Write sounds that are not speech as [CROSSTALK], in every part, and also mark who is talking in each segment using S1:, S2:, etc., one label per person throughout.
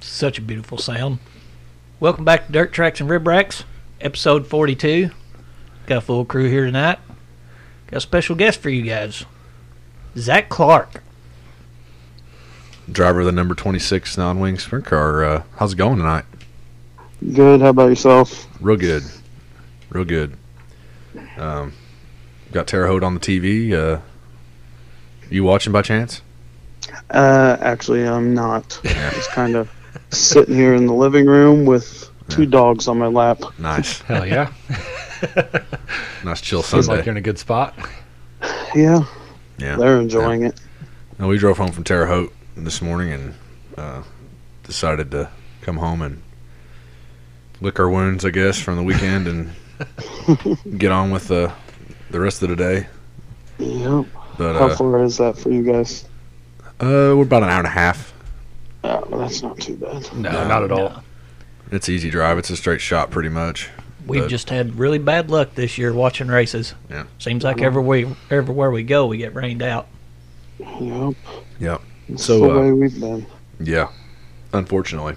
S1: Such a beautiful sound. Welcome back to Dirt Tracks and Rib Racks, episode 42. Got a full crew here tonight. Got a special guest for you guys Zach Clark.
S2: driver of the number 26 non wing sprint car. Uh, how's it going tonight?
S3: Good. How about yourself?
S2: Real good. Real good. Um, got Terre Haute on the TV. Uh, you watching by chance?
S3: Uh, actually,
S2: [LAUGHS]
S3: I'm not. Just kind of sitting here in the living room with two dogs on my lap.
S4: [LAUGHS]
S2: Nice.
S4: Hell yeah.
S2: nice chill
S4: Seems like
S2: Sunday.
S4: you're in a good spot.
S3: Yeah,
S2: yeah.
S3: they're enjoying it.
S2: No, we drove home from Terre Haute this morning and uh, decided to come home and lick our wounds, I guess, from the weekend and
S4: [LAUGHS]
S2: get on with the, the rest of the day.
S3: Yep.
S2: But
S3: How
S2: uh,
S3: far is that for you guys?
S2: uh, we're about an hour and a half.
S3: Oh, well, that's not too bad.
S4: No, not at all.
S2: It's easy drive. It's a straight shot, pretty much.
S1: We've
S2: But-
S1: just had really bad luck this year watching races.
S2: Yeah.
S1: Seems like everywhere, everywhere we go, we get rained out.
S3: Yep.
S2: Yep.
S3: That's
S2: So,
S3: the
S2: uh,
S3: way we've been.
S2: Yeah, unfortunately.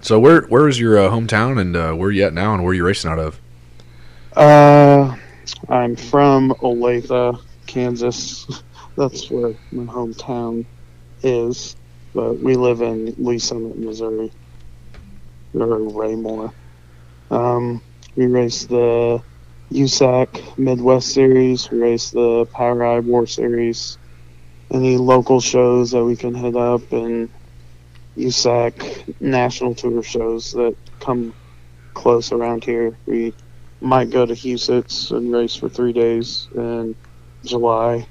S2: So where where is your uh, hometown and uh, where you at now and where you racing out of?
S3: Uh, I'm from Olathe, Kansas. [LAUGHS] That's where my hometown is, but we live in Lee Summit, Missouri, or Raymore. Um, we race the USAC Midwest Series. We race the Power Eye War Series. Any local shows that we can hit up and USAC national tour shows that come close around here. We might go to Husitz and race for three days in July.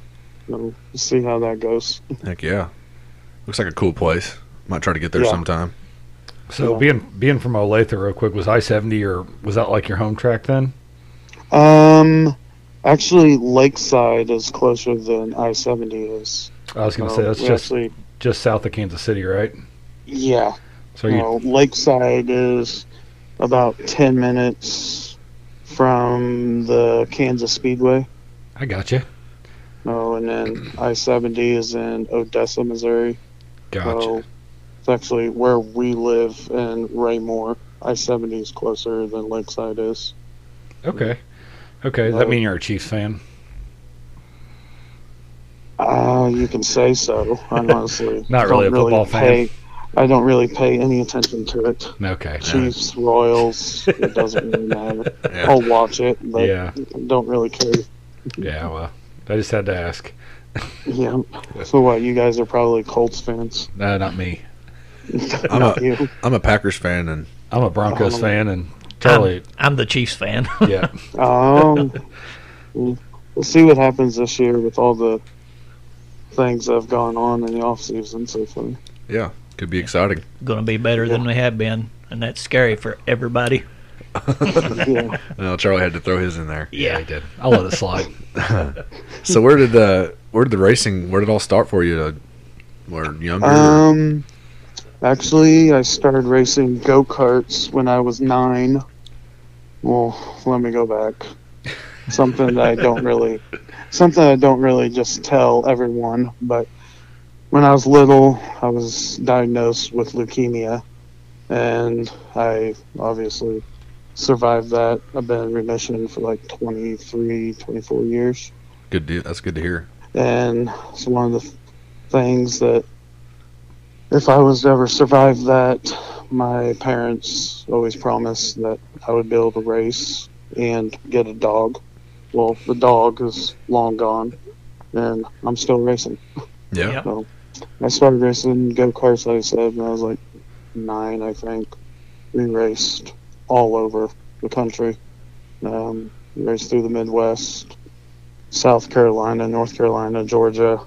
S3: You know, we'll see how that goes.
S2: Heck yeah, looks like a cool place. Might try to get there
S3: Yeah.
S2: sometime.
S4: So
S3: Yeah.
S4: being being from Olathe real quick, was I seventy or was that like your home track then?
S3: Um, actually, Lakeside is closer than I seventy is.
S4: I was gonna
S3: So
S4: say that's
S3: we
S4: just
S3: actually,
S4: just south of Kansas City, right?
S3: yeah.
S4: So you
S3: no, Lakeside is about ten minutes from the Kansas Speedway.
S4: I got you.
S3: Oh, and then I seventy is in Odessa, Missouri.
S4: Gotcha.
S3: So it's actually where we live in Raymore. I seventy is closer than Lakeside is.
S4: okay. Okay. Does that
S3: No.
S4: mean you're a Chiefs fan?
S3: Uh, you can say so. I
S4: [LAUGHS]
S3: honestly
S4: Not really a
S3: don't
S4: football fan.
S3: Pay, I don't really pay any attention to it.
S4: Okay. Uh,
S3: Chiefs, Royals, it doesn't
S4: [LAUGHS]
S3: really matter.
S2: Yeah.
S3: I'll watch it, but
S4: Yeah.
S3: don't really care.
S4: Yeah, well. I just had to ask.
S3: Yeah. So what? You guys are probably Colts fans.
S4: No, Uh, not me.
S2: I'm
S3: Not
S2: a
S3: you.
S2: I'm a Packers fan and
S4: I'm a Broncos
S3: Um,
S4: fan and totally
S1: I'm the Chiefs fan. [LAUGHS]
S3: [LAUGHS]
S4: yeah.
S3: Um, we'll we'll see what happens this year with all the things that have gone on in the off season so far.
S2: could be exciting.
S1: Going to be better than we have been, and that's scary for everybody.
S3: Yeah.
S2: No, Charlie had to throw his in there.
S4: I did. I'll let it slide.
S3: [LAUGHS]
S2: So where did uh where did the racing where did it all start for you? Uh, were you younger? or-
S3: Um, actually, I started racing go karts when I was nine. Well, let me go back. Something that I don't really, something I don't really just tell everyone. But when I was little, I was diagnosed with leukemia, and I obviously survived that. I've been in remission for like 23, 24 years
S2: good deal. That's good to hear.
S3: and it's one of the things that if I was to ever survive that, my parents always promised that I would be able to race and get a dog. Well, the dog is long gone, and I'm still racing.
S2: Yeah.
S1: Yep.
S3: I started racing go karts, like I said, when I was like nine, I think. We raced all over the country. Um, we raced through the Midwest, South Carolina, North Carolina, Georgia,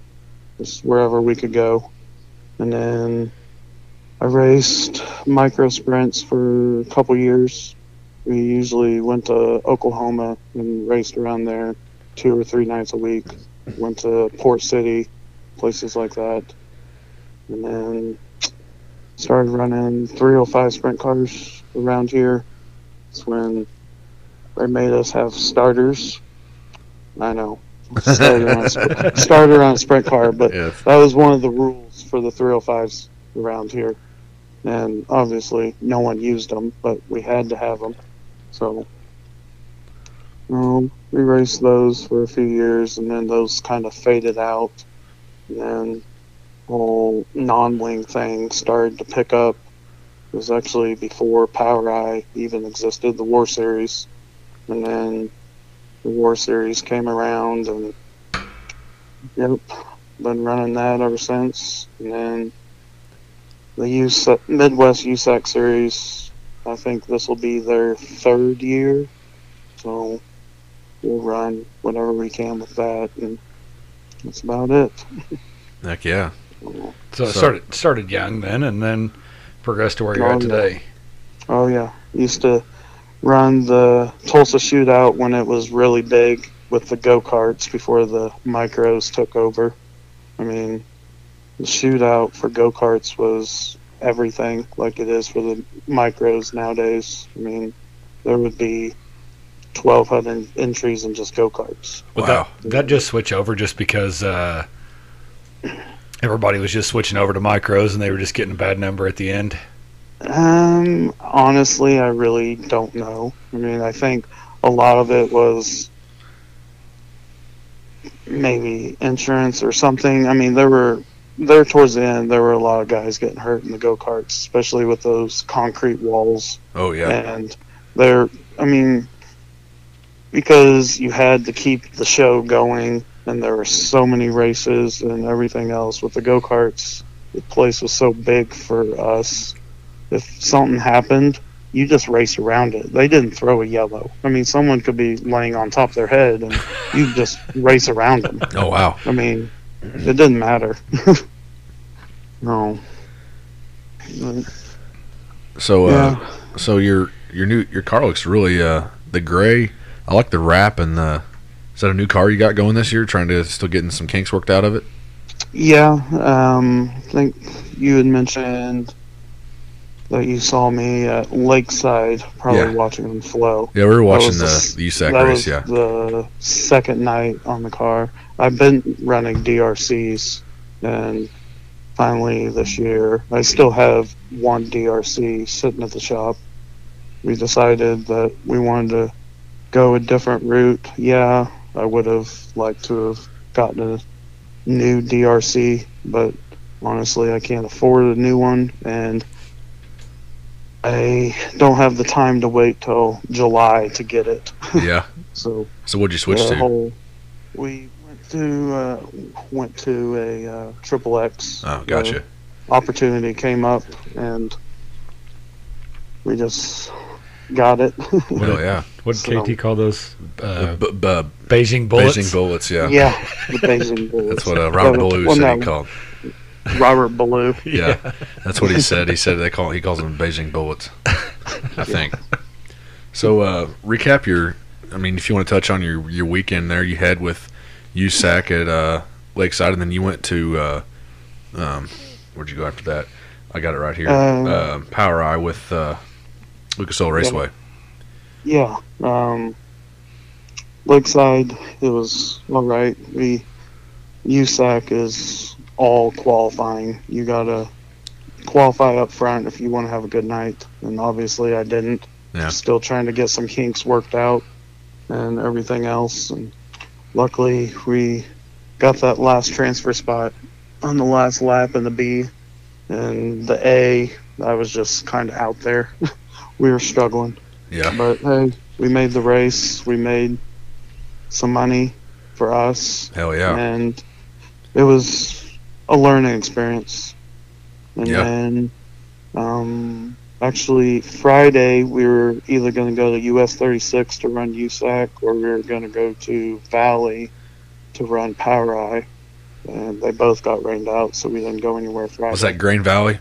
S3: just wherever we could go. And then I raced micro sprints for a couple years. We usually went to Oklahoma and raced around there two or three nights a week. Went to Port City, places like that and then started running 305 sprint cars around here. It's when they made us have starters. I know, starter on, a sp- starter on a sprint car, but
S2: Yeah.
S3: that was one of the rules for the 305s around here. and obviously no one used them, but we had to have them. So um, we raced those for a few years, and then those kind of faded out. And then whole non-wing thing started to pick up. It was actually before Power Eye even existed, the War Series, and then the War Series came around, and yep, been running that ever since. And then the US, Midwest USAC Series. I think this will be their third year, so we'll run whatever we can with that, and that's about it.
S2: Heck yeah.
S4: So, it
S2: So-
S4: started started young then, and then progressed to where you're
S3: Oh,
S4: at
S3: yeah.
S4: today.
S3: Oh yeah, used to run the Tulsa Shootout when it was really big with the go karts before the micros took over. I mean, the shootout for go karts was everything like it is for the micros nowadays. I mean, there would be 1,200 entries in just go karts.
S4: Would
S2: wow.
S4: That, that just switch over just because uh, everybody was just switching over to micros, and they were just getting a bad number at the end.
S3: Um, honestly, I really don't know. I mean, I think a lot of it was maybe insurance or something. I mean, there were there towards the end, there were a lot of guys getting hurt in the go karts, especially with those concrete walls
S2: Oh yeah.
S3: and there, I mean, because you had to keep the show going, and there were so many races and everything else with the go karts, the place was so big for us. If something happened, you just race around it. They didn't throw a yellow. I mean, someone could be laying on top of their head, and you just race around them.
S2: Oh wow.
S3: I mean, it didn't matter. [LAUGHS] no.
S2: So
S3: Yeah.
S2: uh so your your new your car looks really uh the gray. I like the wrap and the is that a new car you got going this year? Trying to still getting some kinks worked out of it?
S3: Yeah, um, I think you had mentioned that you saw me at Lakeside, probably
S2: Yeah.
S3: watching them flow.
S2: Yeah, we were watching
S3: was
S2: the,
S3: the s-
S2: the USAC
S3: that
S2: race,
S3: was
S2: yeah.
S3: the second night on the car. I've been running DRCs, and finally this year, I still have one DRC sitting at the shop. We decided that we wanted to go a different route. Yeah, I would have liked to have gotten a new DRC, but honestly, I can't afford a new one, and I don't have the time to wait till July to get it.
S2: Yeah.
S3: So
S2: So what'd you switch
S3: the
S2: to?
S3: whole we went to uh, went to a uh, triple X. uh,
S2: Oh, gotcha.
S3: opportunity came up, and we just got it. [LAUGHS]
S4: What
S2: Well,
S4: did-
S2: yeah.
S4: What did
S3: So-
S4: KT call those? Uh,
S2: The bu- bu-
S4: Beijing bullets. [LAUGHS]
S2: Beijing bullets, yeah.
S3: yeah, the Beijing Bulls.
S2: That's what uh, Robert
S3: Well,
S2: Ballou
S3: well,
S2: said he
S3: no.
S2: called.
S3: Robert Ballou.
S2: Yeah. That's what he said. He said they call he calls them Beijing bullets. I think. So uh, recap your. I mean, if you want to touch on your your weekend there, you had with USAC at uh, Lakeside, and then you went to uh, um, where'd you go after that? I got it right here.
S3: Um,
S2: uh, Power Eye with uh, Lucas Oil Raceway.
S3: Yeah. Um, Lakeside, it was all right. We USAC is all qualifying. You gotta qualify up front if you want to have a good night. And obviously, I didn't.
S2: Yeah.
S3: Still trying to get some kinks worked out and everything else. And luckily, we got that last transfer spot on the last lap in the B and the A. I was just kind of out there. [LAUGHS] we were struggling.
S2: Yeah,
S3: But hey, we made the race. We made some money for us,
S2: hell yeah,
S3: and it was a learning experience. And
S2: Yeah.
S3: then, um, actually, Friday we were either going to go to US 36 to run USAC, or we were going to go to Valley to run Power Eye. And they both got rained out, so we didn't go anywhere Friday.
S2: Was that Grain Valley?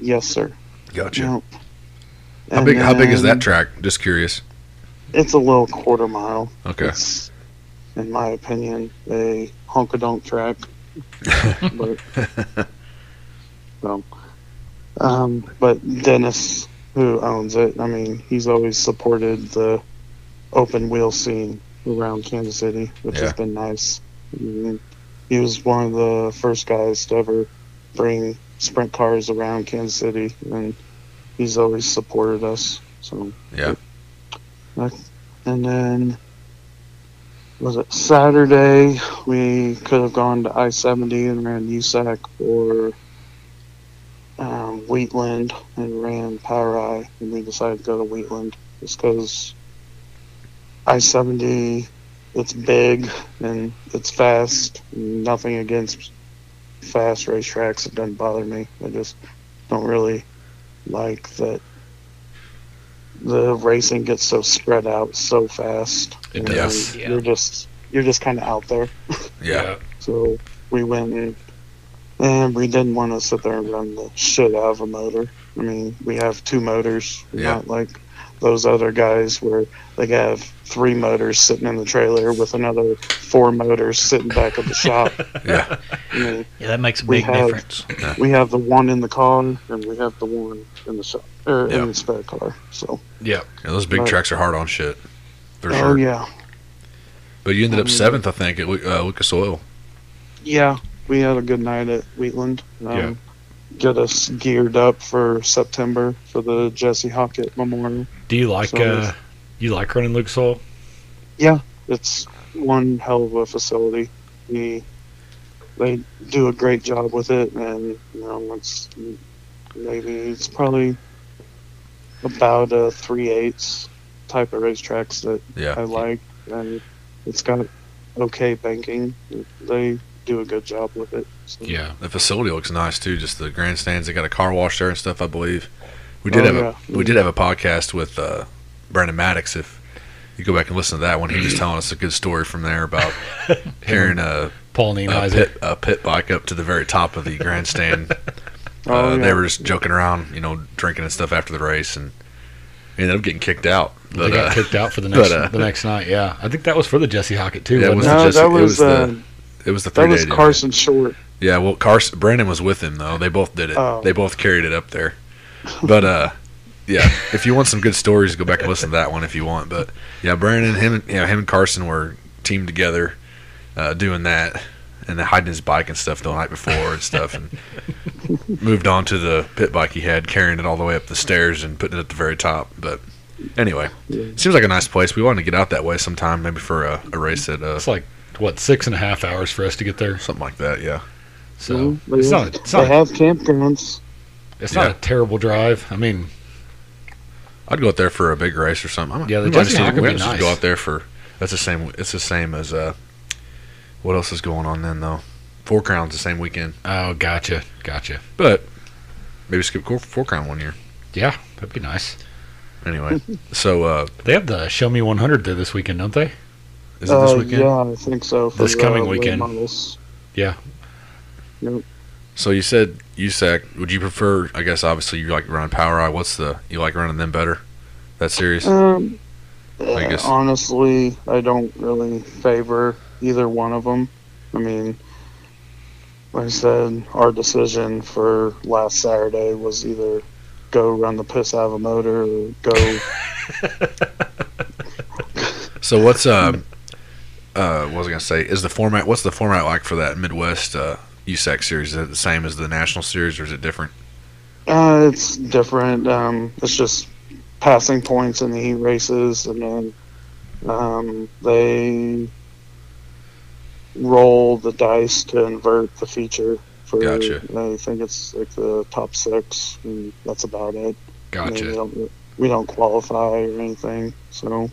S3: Yes, sir.
S2: Gotcha.
S3: Nope.
S2: How
S3: And
S2: big? How big is
S3: then
S2: that track? Just curious.
S3: It's a little quarter mile.
S2: Okay.
S3: It's, in my opinion, a honka
S2: [LAUGHS]
S3: donk track. but, so, um, but Dennis, who owns it, I mean, he's always supported the open wheel scene around Kansas City, which
S2: Yeah.
S3: has Mm-hmm. been nice. Mm, He was one of the first guys to ever bring sprint cars around Kansas City, and he's always supported us. So
S2: Yeah.
S3: and then was it Saturday? We could have gone to I seventy and ran USAC or um, Wheatland and ran Power Eye, and we decided to go to Wheatland just because I seventy it's big and it's fast. Nothing against fast racetracks; it doesn't bother me. I just don't really like that the racing gets so spread out so fast.
S4: It
S3: and
S2: does.
S1: Yeah.
S3: You're just you're just kind of out there.
S2: Yeah.
S3: So we went and and we didn't want to sit there and run the shit out of a motor. I mean, we have two motors,
S2: Yeah.
S3: not like those other guys where they have three motors sitting in the trailer with another four motors sitting back at
S2: [LAUGHS]
S3: the shop.
S2: Yeah.
S3: I mean,
S1: Yeah, that makes a
S3: We
S1: big
S3: have-
S1: difference.
S3: we have the one in the car and we have the one in the shop or
S2: Yeah.
S3: in the spare car. So,
S2: Yeah, those big
S3: Right.
S2: tracks are hard on shit. For
S3: oh
S2: sure.
S3: yeah,
S2: But you ended up
S3: Um,
S2: seventh, I think, at Lu- uh, Lucas Oil.
S3: Yeah, we had a good night at Wheatland. Um,
S4: Yeah.
S3: Get us geared up for September for the Jesse Hockett Memorial.
S4: Do you like
S3: So
S4: uh,
S3: it's-
S4: you like running Luke Soul?
S3: It's one hell of a facility. We, they do a great job with it, and you know, it's maybe it's probably about a three eighths type of racetracks that
S2: Yeah.
S3: I like, and it's got okay banking. They do a good job with it. So.
S2: The facility looks nice too. Just the grandstands. They got a car wash there and stuff. I believe. We did
S3: Oh,
S2: have
S3: yeah.
S2: a we did have a podcast with uh, Brandon Maddox. If you go back and listen to that one, he was telling us a good story from there
S3: [LAUGHS]
S2: about hearing a,
S4: Paul
S2: a
S4: Neimeyer.
S2: pit a pit bike up to the very top of the grandstand. Uh,
S3: [LAUGHS] Oh, yeah.
S2: They were just joking around, you know, drinking and stuff after the race, and he ended up getting kicked out.
S4: they
S2: But,
S4: got
S2: uh,
S4: kicked out for
S2: [LAUGHS]
S4: the
S2: but,
S4: next
S2: uh,
S4: the next night. Yeah, I think that was for the Jesse Hockett too.
S2: Yeah, it
S4: wasn't
S2: was the Jesse-
S3: no,
S4: it?
S3: that
S2: it
S3: was,
S2: was the-
S3: uh,
S2: it was the three
S3: That was
S2: day deal.
S3: Carson Short.
S2: Yeah, well, Carson Brandon was with him though. They both did it.
S3: Oh.
S2: They both carried it up there. But uh, yeah, if you want some good stories, go back and listen to that one if you want. But yeah, Brandon, him, and- you know, him and Carson were teamed together uh, doing that, and then hiding his bike and stuff the night before and stuff,
S3: [LAUGHS]
S2: and moved on to the pit bike he had, carrying it all the way up the stairs and putting it at the very top. But anyway,
S3: Yeah.
S2: seems like a nice place. We wanted to get out that way sometime, maybe for a, a race at uh,
S4: It's like what six and a half hours for us to get there.
S2: something like that. Yeah,
S4: So
S3: Yeah,
S4: it's
S3: yeah.
S4: not it's
S3: They
S4: not
S3: have campgrounds.
S4: it's not
S2: Yeah.
S4: a terrible drive. I mean,
S2: I'd go out there for a big race or something. I'm,
S4: Yeah,
S2: we
S4: the
S2: might
S4: Jesse
S2: just,
S4: Hawk would
S2: we
S4: be
S2: might just
S4: nice.
S2: go out there for. That's the same. It's the same as uh, what else is going on then though? Four crowns the same weekend,
S4: oh, gotcha, gotcha.
S2: but maybe skip four, four crown one year.
S4: Yeah, that'd be nice. [LAUGHS]
S2: Anyway, so uh,
S4: They have the Show Me 100 there this weekend, don't they?
S2: is it this
S3: Uh,
S2: weekend?
S3: Yeah, I think so. for,
S4: This coming
S3: uh, late
S4: weekend.
S3: models.
S2: So you said USAC. Would you prefer? I guess obviously you like running Power Eye. What's the you like running them better? That series?
S3: Um,
S2: I
S3: uh,
S2: guess-
S3: Honestly, I don't really favor either one of them. I mean, like I said, our decision for last Saturday was either go run the piss out of a motor or go.
S2: So what's um uh what was I gonna say? Is the format what's the format like for that Midwest uh USAC series? Is it the same as the national series or is it different?
S3: Uh, it's different. Um, it's just passing points in the heat races, and then um, they roll the dice to invert the feature. For,
S2: Gotcha.
S3: I think it's like the top six, and that's about it. I mean,
S4: Gotcha.
S3: we, don't, we don't qualify or anything. So,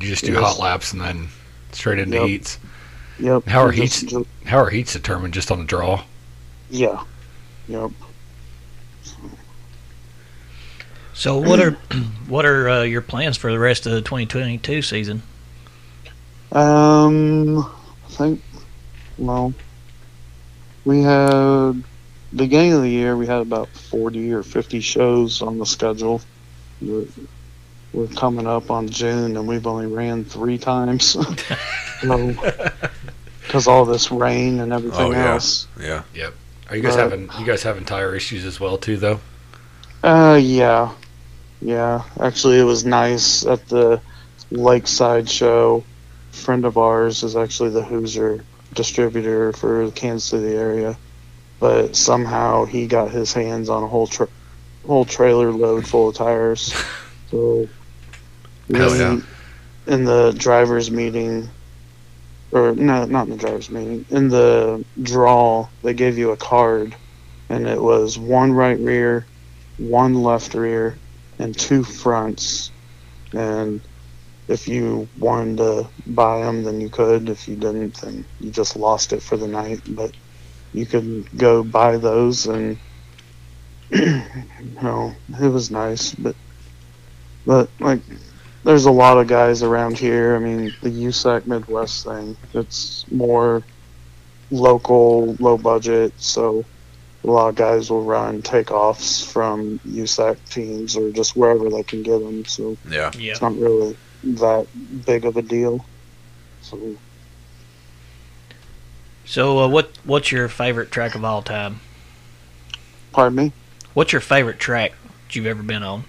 S4: You just do
S3: Yes.
S4: hot laps and then straight into
S3: Yep.
S4: heats.
S3: yep.
S4: How are
S3: we just-
S4: heats?
S3: ju-
S4: How are heats determined just on the draw?
S3: yeah. Yep.
S1: So what are [CLEARS THROAT] what are uh, your plans for the rest of the 2022 season?
S3: Um, I think, well, we had, beginning of the year, we had about 40 or 50 shows on the schedule. We're, we're coming up on June, and we've only ran three times. [LAUGHS] Because all this rain and everything
S2: Oh, yeah.
S3: else.
S2: Yeah.
S4: Are you guys
S3: Uh,
S4: having you guys having tire issues as well too though?
S3: Uh, yeah. Yeah. Actually, it was nice at the Lakeside show. friend of ours is actually the Hoosier distributor for the Kansas City area. but somehow he got his hands on a whole tra- whole trailer load full of tires. So
S2: Hell yeah.
S3: in the drivers meeting or no, not in the drivers meeting. In the draw, they gave you a card and it was one right rear, one left rear, and two fronts. And if you wanted to buy them, then you could. If you didn't, then you just lost it for the night. But you could go buy those, and [CLEARS THROAT] you know, it was nice. But but like, there's a lot of guys around here. I mean, the USAC Midwest thing. It's more local, low budget, so a lot of guys will run takeoffs from USAC teams or just wherever they can get them. So
S2: Yeah.
S1: Yeah.
S3: it's not really that big of a deal. So
S1: So uh, what what's your favorite track of all time?
S3: pardon me.
S1: What's your favorite track that you've ever been on?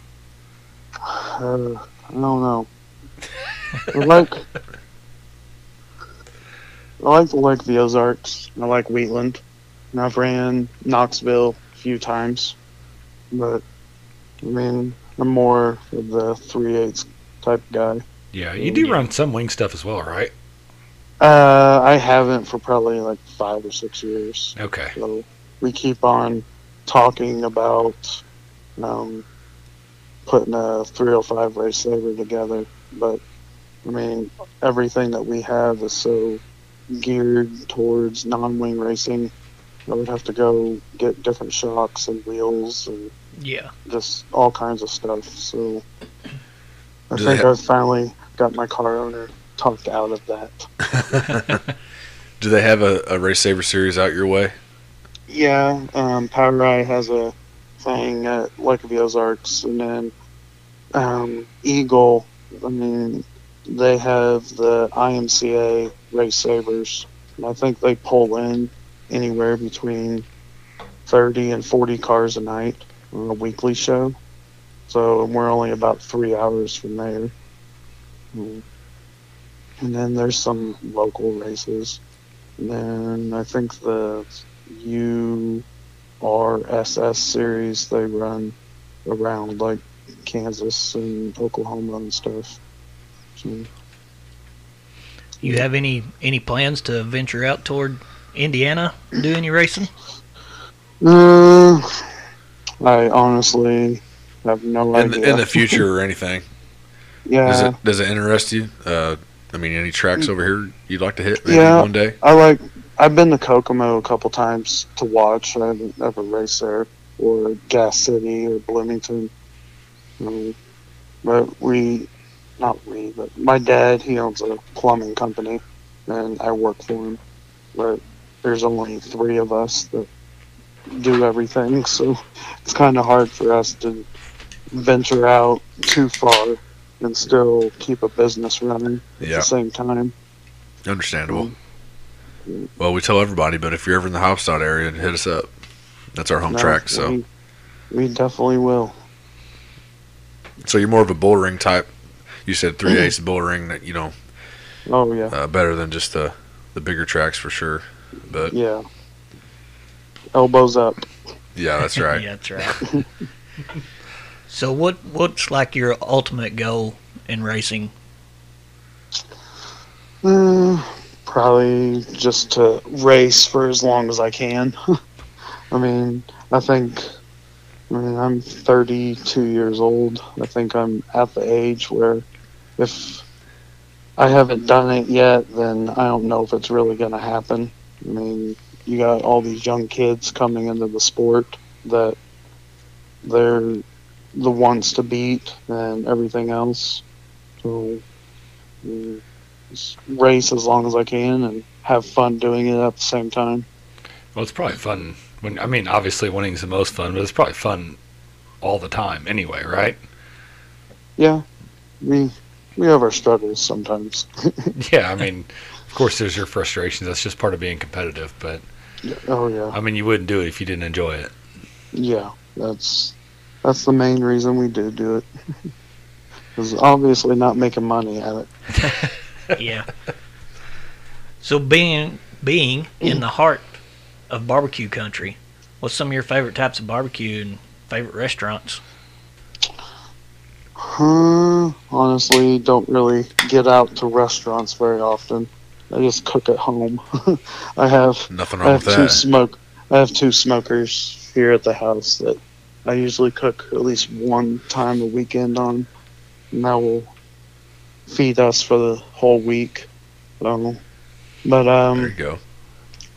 S3: Uh, I don't know. I like I like the Lake of the Ozarks. I like Wheatland. And I've ran Knoxville a few times, but I mean I'm more of the three eights type guy.
S4: Yeah, you do run some wing stuff as well, right?
S3: Uh, I haven't for probably like five or six years.
S4: Okay.
S3: So we keep on talking about um, putting a 305 race saver together, but I mean, everything that we have is so geared towards non wing racing. I would have to go get different shocks and wheels and
S1: Yeah.
S3: just all kinds of stuff. So I
S2: Do they
S3: think
S2: ha-
S3: I've finally got my car owner talked out of that.
S2: [LAUGHS] Do they have a, a race saver series out your way?
S3: Yeah, um, Power Eye has a thing at Lake of the Ozarks, and then um, Eagle. I mean, they have the IMCA race savers, and I think they pull in anywhere between thirty and forty cars a night on a weekly show. So and we're only about three hours from there. Mm. And then there's some local races. And then I think the URSS series they run around like Kansas and Oklahoma and stuff. So,
S1: You have any any plans to venture out toward Indiana do any racing?
S3: uh, I honestly have no
S2: In the,
S3: idea.
S2: in the
S3: [LAUGHS]
S2: future or anything? Does
S3: yeah,
S2: it does it interest you? Uh, I mean, any tracks over here you'd like to hit maybe
S3: Yeah.
S2: one day?
S3: I like. I've been to Kokomo a couple times to watch. I haven't ever raced there or Gas City or Bloomington. Um, but we, not we, but my dad, he owns a plumbing company, and I work for him. But there's only three of us that do everything, [LAUGHS] so it's kind of hard for us to venture out too far and still keep a business running at
S2: Yeah,
S3: the same time.
S2: understandable. Well, we tell everybody, but if you're ever in the Hopstock area, hit us up. That's our home
S3: No,
S2: track. So,
S3: we, we definitely will.
S2: so you're more of a bullring type. You said
S3: Mm-hmm.
S2: three eighths bullring that you know
S3: Oh yeah,
S2: uh, better than just the the bigger tracks for sure. But
S3: yeah. Elbows up.
S2: yeah, that's right.
S1: yeah, [LAUGHS] that's right. so what what's like your ultimate goal in racing?
S3: Uh, probably just to race for as long as I can. [LAUGHS] I mean, I think. I mean, I'm 32 years old. I think I'm at the age where, if I haven't done it yet, then I don't know if it's really going to happen. I mean, you got all these young kids coming into the sport that they're the ones to beat and everything else. So. mm, just race as long as I can and have fun doing it at the same time.
S4: Well, it's probably fun. When I mean, obviously, winning's the most fun, but it's probably fun all the time anyway,
S3: [LAUGHS]
S4: right?
S3: Yeah, we we have our struggles sometimes.
S4: Yeah, I mean, of course, there's your frustrations. That's just part of being competitive. But
S3: oh yeah,
S4: I mean, you wouldn't do it if you didn't enjoy it.
S3: yeah. That's that's the main reason we do do it. [LAUGHS] Because obviously not making money at it.
S1: [LAUGHS] Yeah. so being being in the heart of barbecue country, What's some of your favorite types of barbecue and favorite restaurants?
S3: Huh, honestly, don't really get out to restaurants very often. I just cook at home. [LAUGHS] I have
S2: Nothing
S3: I
S2: wrong
S3: have
S2: with
S3: two
S2: that.
S3: smoke. I have two smokers here at the house that I usually cook at least one time a weekend on, and that will feed us for the whole week. So, but
S2: There
S3: um,
S2: you go.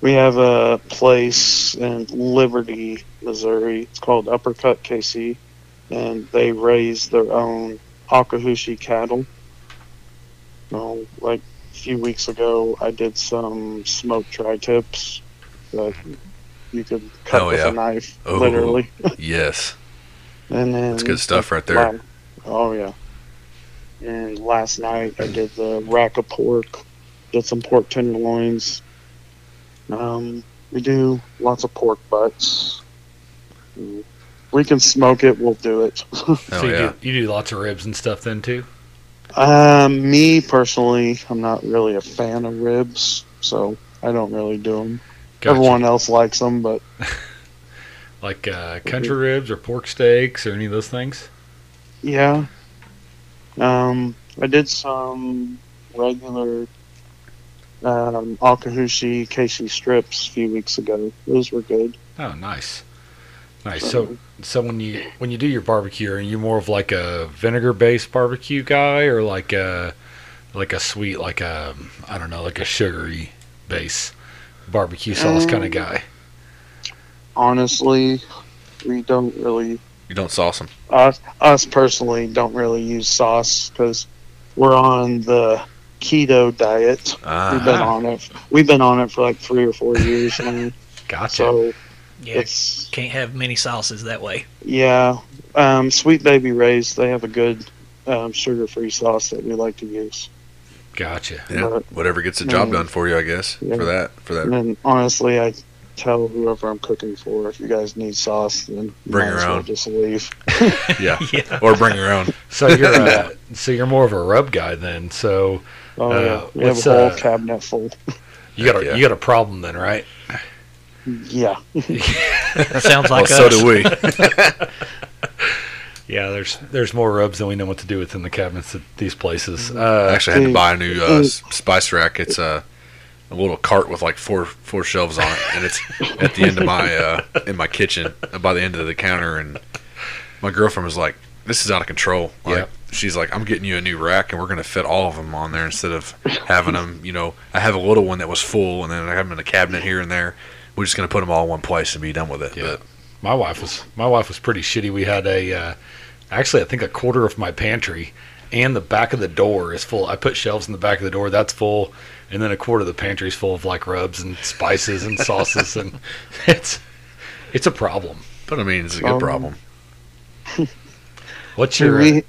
S3: we have a place in Liberty, Missouri. It's called Uppercut KC, and they raise their own Akahushi cattle. Well, like a few weeks ago, I did some smoked tri tips that you could cut
S2: Hell
S3: with
S2: Oh, yeah.
S3: a knife,
S2: Ooh.
S3: literally. Mm-hmm.
S2: Yes,
S3: And then
S2: that's good stuff right there.
S3: Wow. Oh yeah. And last night I did the rack of pork, did some pork tenderloins. Um, we do lots of pork butts. Mm. We can smoke it. We'll do it.
S2: Hell
S4: so
S2: Oh,
S4: you,
S2: yeah.
S4: do, you do lots of ribs and stuff then too.
S3: um, me personally, I'm not really a fan of ribs, so I don't really do them.
S4: Gotcha.
S3: Everyone else likes them, but
S4: Like uh, country ribs or pork steaks or any of those things.
S3: Yeah. Um, I did some regular um, Akahushi Casey strips a few weeks ago. Those were good.
S4: Oh, nice, nice. So, so when you when you do your barbecue, are you more of like a vinegar based barbecue guy or like a like a sweet like a I don't know like a sugary base barbecue sauce kind of
S3: Um,
S4: guy?
S3: Honestly, we don't really,
S2: You don't sauce them.
S3: us, us personally, don't really use sauce because we're on the keto diet. We've been
S2: Ah,
S4: Uh-huh.
S3: on it. We've been on it for like three or four years now.
S4: Gotcha.
S3: So
S1: Yeah,
S3: it's
S1: can't have many sauces that way.
S3: Yeah, um, Sweet Baby Ray's. They have a good um, sugar-free sauce that we like to use.
S4: Gotcha.
S2: yeah. Whatever gets the job
S3: Mm.
S2: done for you, I guess.
S3: Yeah.
S2: For that, for
S3: [LAUGHS] And
S2: that.
S3: then, honestly, I tell whoever I'm cooking for if you guys need sauce, then you
S2: Bring
S3: might
S2: her
S3: as well
S2: own.
S3: Just leave.
S2: Yeah.
S1: [LAUGHS] Yeah.
S2: Or bring your own.
S4: So
S3: [LAUGHS]
S4: you're uh, so you're more of a rub guy then. So
S3: Oh
S4: Uh,
S3: yeah, we have
S4: what's,
S3: a whole
S4: uh,
S3: cabinet full.
S4: you got a,
S2: Yeah.
S4: you got a problem then, right?
S3: Yeah,
S1: Sounds
S2: Well,
S1: like
S2: so
S1: us.
S2: do we.
S4: Yeah, there's there's more rubs than we know what to do with in the cabinets at these places. Uh,
S2: actually had to
S3: Mm.
S2: buy a new uh,
S3: Mm.
S2: s- spice rack. It's a, a little cart with like four four shelves on it, and it's at the end of my uh, in my kitchen uh, by the end of the counter. And my girlfriend was like, "This is out of control." Like,
S4: Yep.
S2: She's like, "I'm getting you a new rack, and we're gonna fit all of them on there instead of having them. You know, I have a little one that was full, and then I have them in a cabinet here and there. We're just gonna put them all in one place and be done with it."
S4: Yeah. my wife was my wife was pretty shitty. We had a uh, actually I think a quarter of my pantry and the back of the door is full. I put shelves in the back of the door. That's full. And then a quarter of the pantry is full of like rubs and spices and sauces and [LAUGHS] it's it's a problem.
S2: But, but I mean, it's a good
S3: Um,
S2: problem.
S4: What's your uh,
S3: we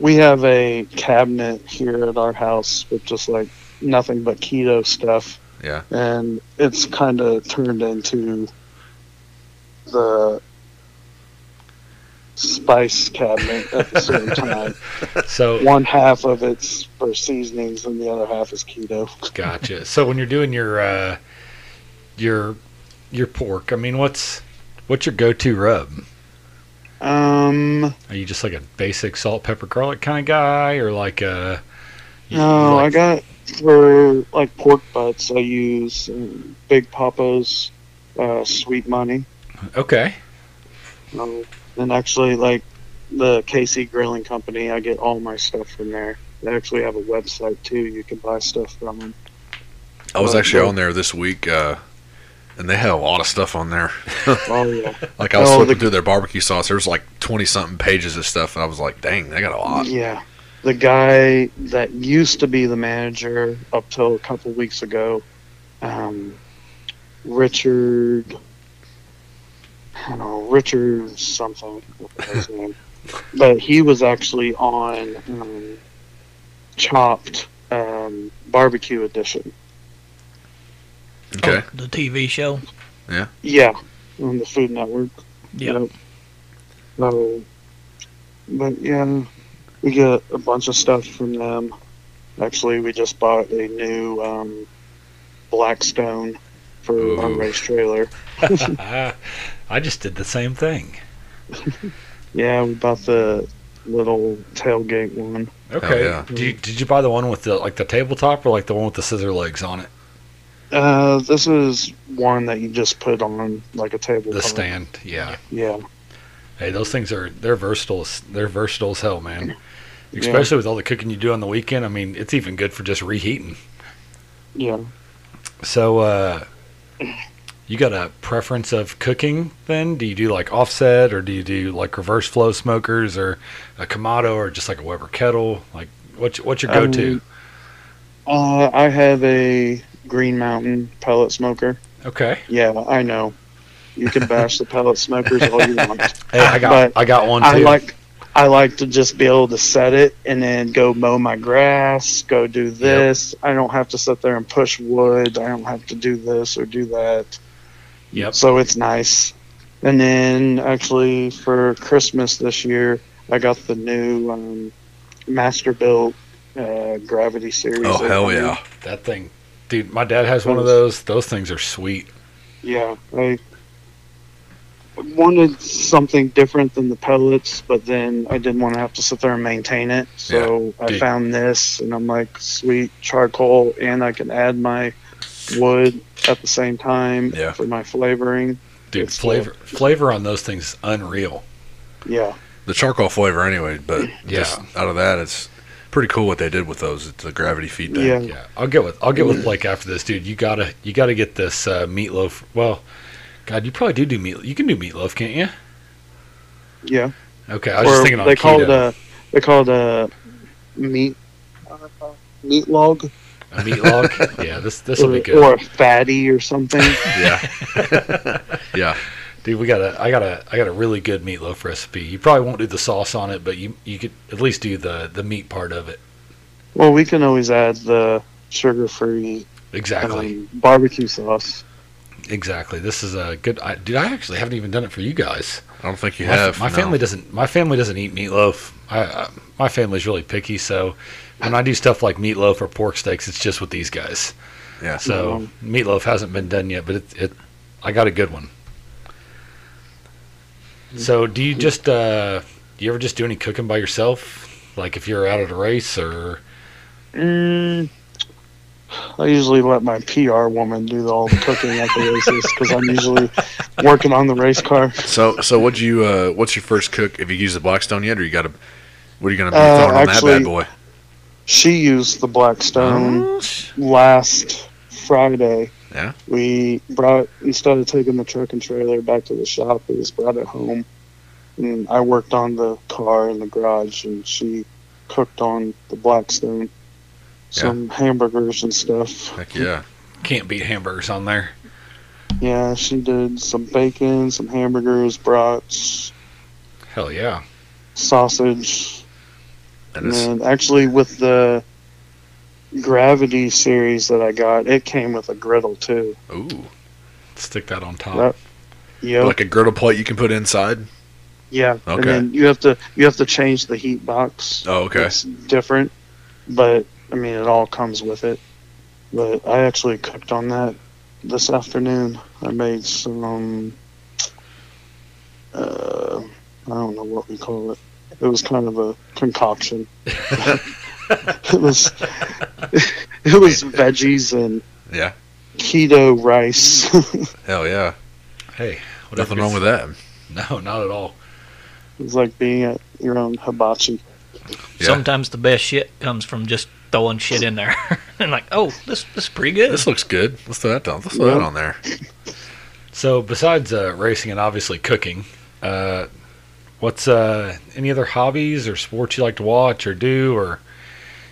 S3: we have a cabinet here at our house with just like nothing but keto stuff.
S2: Yeah.
S3: and it's kind of turned into the spice cabinet at the same time.
S4: uh, so
S3: One half of it's for seasonings, and the other half is keto.
S4: Gotcha. So when you're doing your uh, your your pork, I mean, what's what's your go-to rub?
S3: Um,
S4: Are you just like a basic salt, pepper, garlic kind of guy, or like a you-
S3: no,
S4: like-
S3: I got for like pork butts. I use um, Big Papa's uh, Sweet Money,
S4: okay,
S3: um, and actually like the KC Grilling Company. I get all my stuff from there. They actually have a website too. You can buy stuff from them.
S2: I was
S3: uh,
S2: actually
S3: but-
S2: on there this week, uh, and they had a lot of stuff on there.
S3: Oh yeah.
S2: Like I was
S3: Oh,
S2: flipping
S3: the-
S2: through their barbecue sauce. There was like twenty something pages of stuff, and I was like, "Dang, they got a lot."
S3: Yeah. The guy that used to be the manager up till a couple weeks ago, um, Richard, I don't know, Richard something, what was his name. But he was actually on um, Chopped um, Barbecue Edition.
S2: Okay,
S1: Oh, the TV show.
S3: Yeah, on the Food Network.
S1: Yeah.
S3: So, but yeah, we get a bunch of stuff from them. Actually, we just bought a new um, Blackstone for
S2: Ooh.
S3: on race trailer.
S4: [LAUGHS] I just did the same thing.
S3: Yeah, we bought the little tailgate one.
S4: Okay.
S2: yeah.
S4: Do you, did you buy the one with the like the tabletop or like the one with the scissor legs on it?
S3: Uh, this is one that you just put on like a table.
S4: The stand. Yeah.
S3: Yeah,
S4: Hey, those things are they're versatile. as- They're versatile as hell, man. Especially with all the cooking you do on the weekend. I mean, it's even good for just reheating.
S3: yeah.
S4: So, uh, you got a preference of cooking then? Do you do like offset or do you do like reverse flow smokers or a Kamado or just like a Weber kettle? Like, what's, what's your go to?
S3: Um, Uh, I have a Green Mountain pellet smoker.
S4: okay.
S3: Yeah, I know. You can bash the pellet smokers all you want.
S2: [LAUGHS]
S4: Hey, I got,
S3: but
S4: I got one too.
S3: I like I like to just be able to set it and then go mow my grass, go do this. I don't have to sit there and push wood. I don't have to do this or do that.
S4: Yep.
S3: So it's nice. And then actually for Christmas this year, I got the new um, master built uh, Gravity series.
S2: Oh hell yeah!
S4: That thing. Dude, my dad has one of those. Those things are sweet.
S3: Yeah, I wanted something different than the pellets, but then I didn't want to have to sit there and maintain it. So I
S4: dude.
S3: found this, and I'm like, sweet charcoal, and I can add my wood at the same time
S2: Yeah.
S3: for my flavoring.
S4: Dude,
S3: It's
S4: flavor flavor on those things is unreal.
S3: Yeah,
S2: The charcoal flavor, anyway. But
S4: Yeah.
S2: just out of that, it's pretty cool what they did with those. It's the gravity feed thing.
S3: yeah,
S4: Yeah, I'll get with I'll get with Blake after this, dude. You gotta you gotta get this uh, meatloaf. Well, God, you probably do do meat. You can do meatloaf, can't you?
S3: yeah.
S4: Okay, I was just thinking on
S3: they
S4: keto.
S3: call it a they call it a meat meat log
S4: A meat log.
S3: [LAUGHS]
S4: yeah, this this will
S3: or,
S4: be good,
S3: or a fatty or something.
S4: [LAUGHS]
S2: Yeah. yeah.
S4: dude. We got a I got a I got a really good meatloaf recipe. You probably won't do the sauce on it, but you you could at least do the the meat part of it.
S3: well, we can always add the sugar free
S4: Exactly,
S3: um, barbecue sauce.
S4: exactly. This is a good. I, dude, I actually haven't even done it for you guys.
S2: I don't think you
S4: My-
S2: have.
S4: my,
S2: no.
S4: family doesn't. My family doesn't eat meatloaf. I, I my family's really picky, so when I do stuff like meatloaf or pork steaks, it's just with these guys.
S2: Yeah.
S4: So meatloaf hasn't been done yet, but it, it I got a good one. So do you just uh, do you ever just do any cooking by yourself? Like if you're out at a race or
S3: Mm, I usually let my PR woman do all the cooking at the races because I'm usually working on the race car.
S2: So so what you uh what's your first cook? Have you used the Blackstone yet, or you got to what are you gonna be
S3: Uh,
S2: throwing
S3: actually-
S2: on that bad boy?
S3: She used the
S1: Oh.
S3: Blackstone last Friday.
S2: Yeah.
S3: We brought instead of taking the truck and trailer back to the shop, we just brought it home. And I worked on the car in the garage, and she cooked on the Blackstone some hamburgers and stuff.
S2: Heck yeah.
S4: can't beat hamburgers on there?
S3: Yeah, she did some bacon, some hamburgers, brats,
S4: Hell yeah!
S3: sausage,
S2: And
S3: and
S2: it's,
S3: then actually with the Gravity series that I got, it came with a griddle too.
S2: ooh,
S4: Stick that on top.
S3: That- Yep.
S2: like a griddle plate you can put inside.
S3: yeah. And
S2: Okay.
S3: then you have to you have to change the heat box.
S2: Oh, okay.
S3: It's different, but I mean it all comes with it. But I actually cooked on that this afternoon. I made some. Uh, I don't know what we call it. It was kind of a concoction. [LAUGHS] it was it was veggies and
S2: Yeah.
S3: keto rice. [LAUGHS] it
S2: Hell yeah.
S4: Hey, whatever
S2: Nothing wrong with that.
S4: that. No, not at all.
S3: was like being at your own hibachi.
S2: Yeah.
S1: Sometimes the best shit comes from just throwing shit in there [LAUGHS] and like, oh, this this is pretty good.
S2: This looks good. Let's throw that down. Let's throw that
S3: Yeah.
S2: on there.
S4: So besides uh, racing and obviously cooking, uh, what's uh, any other hobbies or sports you like to watch or do or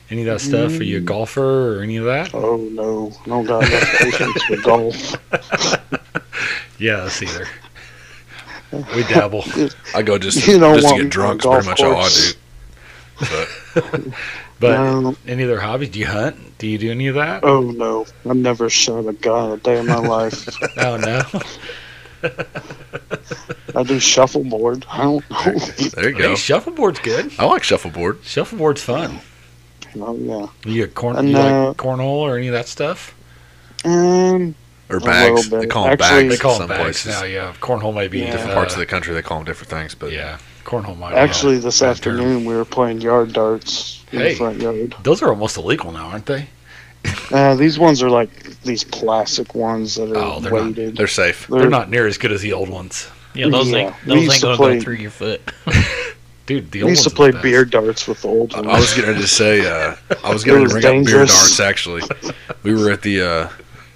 S4: any of that stuff? Are you
S3: Mm.
S4: a golfer or any of that?
S3: Oh no, no got enough patience for golf.
S4: Yeah, us
S3: [LAUGHS]
S4: either. we dabble.
S2: I go just
S3: You don't
S2: just
S3: want
S2: to
S3: me
S2: get drunk.
S3: on
S2: is Pretty much all
S3: golf
S2: I do.
S3: course.
S2: But
S4: But
S3: No.
S4: any other hobbies? Do you hunt? Do you do any of that?
S3: Oh no, I've never shot a gun a day in my life.
S2: [LAUGHS]
S4: Oh no.
S3: I do shuffleboard. I don't know.
S4: [LAUGHS]
S2: there you
S4: Hey,
S2: go.
S4: shuffleboard's good.
S2: I like shuffleboard.
S4: Shuffleboard's fun.
S3: [LAUGHS] oh yeah.
S4: You a corn?
S3: And,
S4: you
S3: uh,
S4: like cornhole or any of that stuff?
S3: Um,
S2: or
S3: little
S2: bags. They
S3: bit.
S2: call them bags.
S3: Actually-
S4: They call
S2: some
S4: them bags
S2: places.
S4: now. Yeah, cornhole may be
S3: Yeah.
S2: Different parts of the country, they call them different things. But
S4: yeah, cornhole might be a
S3: Actually, this
S4: bad term.
S3: afternoon we were playing yard darts in
S4: Hey.
S3: the front yard.
S4: Those are almost illegal now, aren't they?
S3: Uh, these ones are like these plastic ones that are
S4: Oh, they're not-
S3: weighted.
S2: they're safe.
S4: They're, not near as good as the old ones,
S1: Yeah, those ain't
S3: Yeah, we
S1: those
S3: used
S1: ain't
S3: to
S1: gonna
S3: play-
S1: go through your foot.
S4: dude. The
S3: We
S4: old
S3: used to
S4: ones are
S3: play
S4: the best. Uh,
S3: beer darts with the old
S2: I
S3: ones.
S2: I was getting ready to say, uh, I
S3: [LAUGHS]
S2: was
S3: It
S2: getting
S3: was
S2: to bring up beer
S3: dangerous.
S2: darts. Actually, we were at the uh,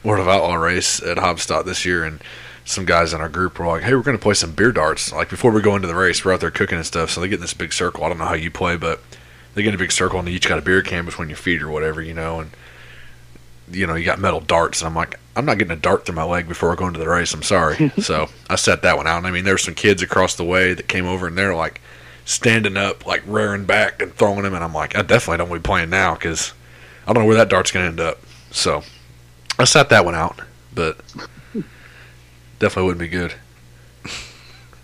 S2: World of Outlaw race at Hobstock this year, and some guys in our group were like, "Hey, we're going to play some beer darts." Like before we go into the race, we're out there cooking and stuff. So they get in this big circle. I don't know how you play, but they get in a big circle, and you each got a beer can between your feet or whatever, you know, and you know you got metal darts. And I'm like, I'm not getting a dart through my leg before I go into the race. I'm
S3: [LAUGHS]
S2: sorry. so I set that one out. And I mean, there were some kids across the way that came over, and they're like standing up, like rearing back and throwing them. And I'm like, I definitely don't want to be playing now because I don't know where that dart's going to end up. So I sat that one out, but definitely wouldn't be good.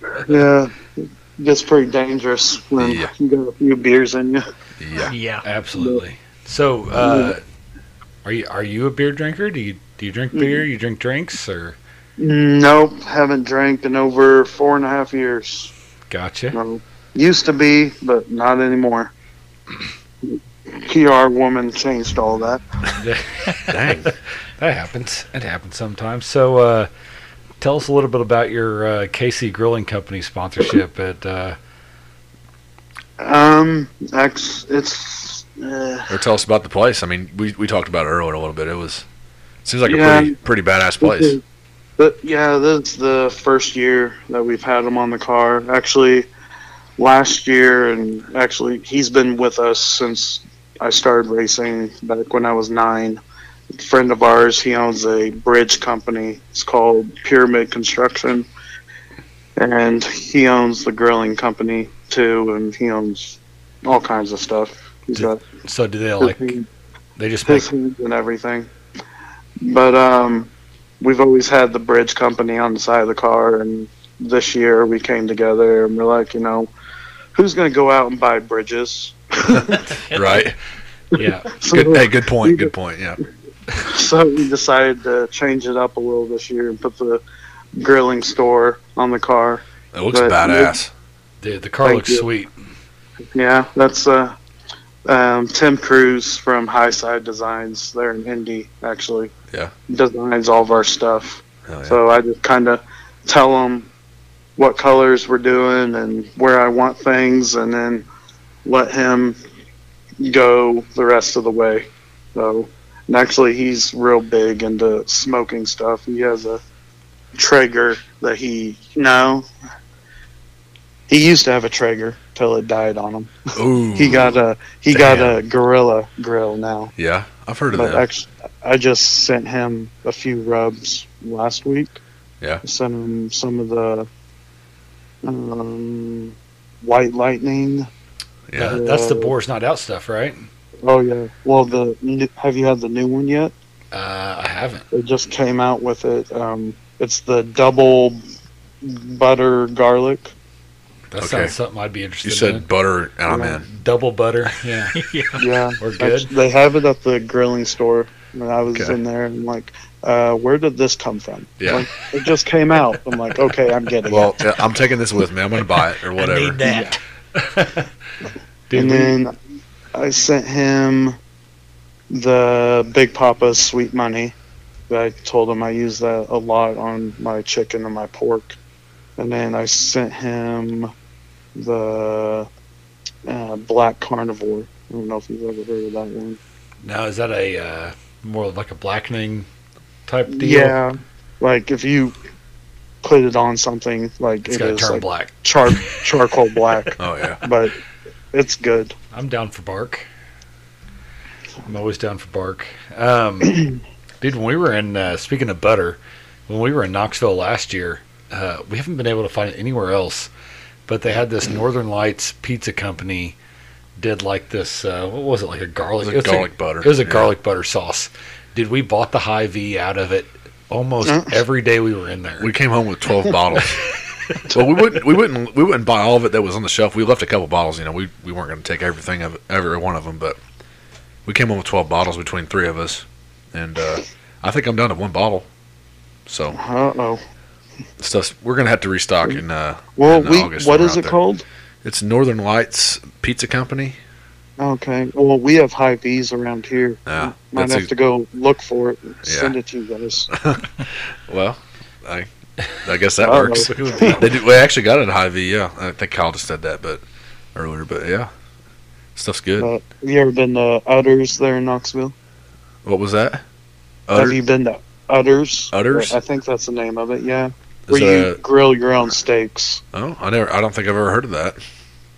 S4: oh,
S3: Yeah, it gets pretty dangerous when
S2: Yeah.
S3: you got a few beers in you.
S2: Yeah.
S1: Yeah.
S4: Absolutely. So, uh, are you are you a beer drinker? Do you do you drink beer?
S3: Mm-hmm.
S4: You drink drinks or
S3: Nope, haven't drank in over four and a half years.
S4: [LAUGHS] gotcha?
S3: No, Um, used to be, but not anymore. PR woman changed all that.
S2: Dang.
S4: That happens. That happens sometimes. So, uh, tell us a little bit about your uh, KC Grilling Company sponsorship at uh,
S3: Um, ex, it's uh,
S2: or tell us about the place. I mean, we, we talked about it earlier a little bit. It was seems like
S3: Yeah.
S2: a pretty pretty badass place.
S3: But yeah, that's the first year that we've had him on the car. Actually, last year, and actually, he's been with us since I started racing back when I was nine. A friend of ours, he owns a bridge company. It's called Pyramid Construction, and he owns the grilling company too, and he owns all kinds of stuff. He's got
S4: so do they like
S3: cooking
S4: they just make
S3: [LAUGHS] his hands and everything. But um, we've always had the bridge company on the side of the car, and this year we came together and we're like, you know, who's going to go out and
S2: [LAUGHS]
S3: buy bridges?
S1: [LAUGHS]
S2: Right.
S4: yeah
S3: So,
S2: Good, hey, good point. Good point. Yeah.
S3: so we decided to change it up a little this year and put the grilling store on the car.
S2: It looks
S3: But-
S2: badass.
S4: the the car
S3: Thank
S4: looks
S3: you.
S4: sweet.
S3: Yeah, that's uh, um, Tim Cruz from High Side Designs. They're in Indy, actually.
S2: Yeah.
S3: Designs all of our stuff.
S2: Hell yeah.
S3: So I just kind of tell them what colors we're doing and where I want things, and then let him go the rest of the way. So, and actually, he's real big into smoking stuff. He has a Traeger that he no. He used to have a Traeger till it died on him.
S2: Ooh.
S3: He got a he got a Gorilla grill now.
S2: yeah. I've heard of
S3: But
S2: that.
S3: actually, I just sent him a few rubs last week.
S2: Yeah.
S3: I sent him some of the um, white lightning.
S2: Yeah.
S4: Uh, that's the boar's not out stuff, right?
S3: Oh yeah. Well, the n- have you had the new one yet?
S4: Uh, I haven't.
S3: It just came out with it. Um, it's the double butter garlic.
S2: [LAUGHS]
S4: That
S2: Okay.
S4: sounds something I'd be interested
S2: You said
S4: in.
S2: butter, and I'm
S3: Yeah.
S2: in. [LAUGHS]
S4: Double butter. Yeah,
S3: Yeah.
S4: we're good.
S3: They have it at the grilling store. When I was
S2: Okay.
S3: in there, and like, uh, where did this come from?
S2: Yeah.
S3: Like, it just came out. I'm like, okay, I'm getting it.
S2: Well, yeah, I'm taking this with me. I'm going to buy it or
S1: I
S2: whatever.
S1: need that.
S4: Dude,
S3: and
S4: we-
S3: then I sent him the Big Papa's Sweet Money. I told him I use that a lot on my chicken and my pork. And then I sent him the uh, Black Carnivore. I don't know if you've ever heard of that one.
S4: now is that a uh, more of like a blackening type deal?
S3: Yeah. Like if you put it on something, like
S4: it's
S3: it's
S4: gonna turn
S3: like
S4: black.
S3: char- charcoal
S2: [LAUGHS]
S3: black,
S2: Oh, yeah.
S3: but it's good.
S4: I'm down for bark. I'm always down for bark. Um, [CLEARS THROAT] dude, when we were in uh, speaking of butter, when we were in Knoxville last year, uh, we haven't been able to find it anywhere else. But they had this Northern Lights Pizza Company did like this. Uh, what was it like a garlic?
S2: It was a
S4: like-
S2: garlic butter.
S4: It was a
S2: Yeah.
S4: garlic butter sauce. Dude, we bought the high V out of it almost
S3: Uh-huh.
S4: every day we were in there.
S2: We came home with
S4: [LAUGHS]
S2: twelve bottles. well, we wouldn't, we wouldn't, we wouldn't buy all of it that was on the shelf. We left a couple bottles. You know, we we weren't going to take everything of every one of them, but we came home with twelve bottles between three of us, and uh, I think I'm down to one bottle. So
S3: I don't know.
S2: stuff we're gonna have to restock in. Uh,
S3: Well,
S2: In
S3: we
S2: August
S3: what
S2: we're
S3: is
S2: out
S3: it
S2: there.
S3: called?
S2: it's Northern Lights Pizza Company.
S3: Okay. Well, we have high V's around here.
S2: Yeah,
S3: Might
S2: that's
S3: have
S2: ex-
S3: to go look for it. And Send it to you guys.
S2: Well, I I guess that
S3: [LAUGHS] I don't
S2: works. [LAUGHS]
S3: know.
S4: It would be-
S2: They did, we actually got it at High V. Yeah, I think Kyle just said that, but earlier, but yeah, stuff's good.
S3: Uh, you ever been to Udders there in Knoxville?
S2: what was that?
S3: Have
S2: Utter,
S3: you been to Udders?
S2: Udders?
S3: I think that's the name of it. Yeah,
S2: is
S3: where you
S2: that
S3: grill your own steaks.
S2: a- oh, I never. I don't think I've ever heard of that.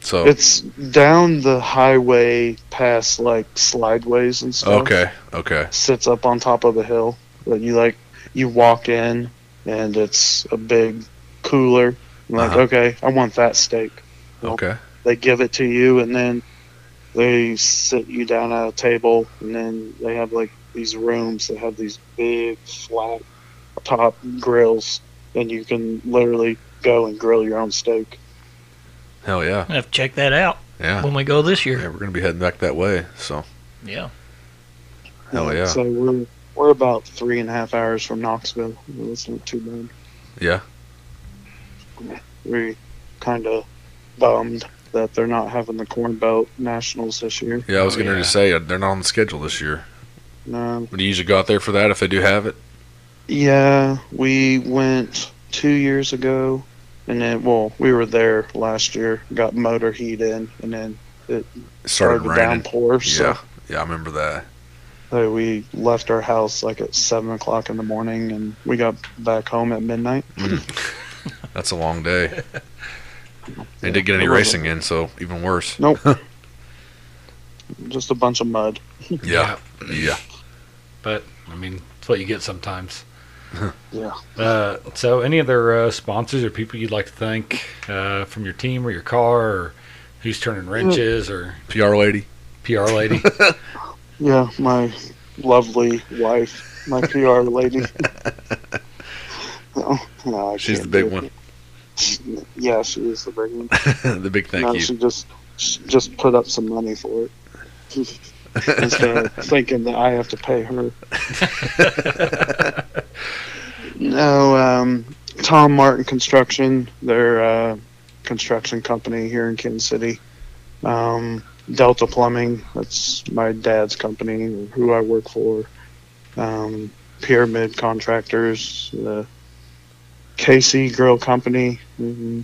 S2: So
S3: It's down the highway, past like slideways and stuff.
S2: okay, okay,
S3: sits up on top of a hill. But you like you walk in and it's a big cooler. I'm like,
S2: Uh-huh.
S3: okay, I want that steak. Well,
S2: okay.
S3: They give it to you and then they sit you down at a table and then they have like these rooms that have these big flat top grills and you can literally go and grill your own steak.
S2: Hell yeah,
S1: I have to check that out
S2: yeah.
S1: when we go this
S2: Yeah,
S1: year.
S2: we're gonna be heading back that way. So
S1: Yeah.
S2: Hell yeah.
S3: So we're we're about three and a half hours from Knoxville. It's not too bad.
S2: yeah,
S3: we kind of bummed that they're not having the Corn Belt Nationals this year.
S2: yeah. I was
S4: Oh,
S2: gonna
S4: yeah.
S2: just say uh, they're not on the schedule this year.
S3: No.
S2: Would you usually go out there for that if they do have it?
S3: Yeah, we went two years ago, and then well, we were there last year. Got motor heat in, and then
S2: It
S3: started
S2: started
S3: to
S2: raining.
S3: downpour. So
S2: Yeah, yeah. I remember that.
S3: so we left our house like at seven o'clock in the morning, and we got back home at midnight.
S2: That's a long day.
S3: [LAUGHS]
S2: They didn't get
S3: It
S2: any
S3: wasn't-
S2: racing in, so even worse.
S3: Nope. Just a bunch of mud.
S2: Yeah, yeah.
S4: But I mean, that's what you get sometimes.
S3: Yeah.
S4: Uh, so, any other uh, sponsors or people you'd like to thank uh, from your team or your car or who's turning wrenches or
S2: PR lady.
S4: PR lady?
S3: Yeah, my lovely wife, my
S2: [LAUGHS]
S3: PR lady. oh, no, I
S2: She's the
S3: can't
S2: big
S3: do
S2: one. [LAUGHS]
S3: it. Yeah, she is the big one.
S2: the big thank
S3: no,
S2: you. [LAUGHS]
S3: she just she just put up some money for it. [LAUGHS]
S2: [LAUGHS]
S3: Instead of thinking that I have to pay her. no, um, Tom Martin Construction, their uh, construction company here in Kansas City. Um, Delta Plumbing, that's my dad's company, who I work for. Um, Pyramid Contractors, the KC Grill Company, mhm.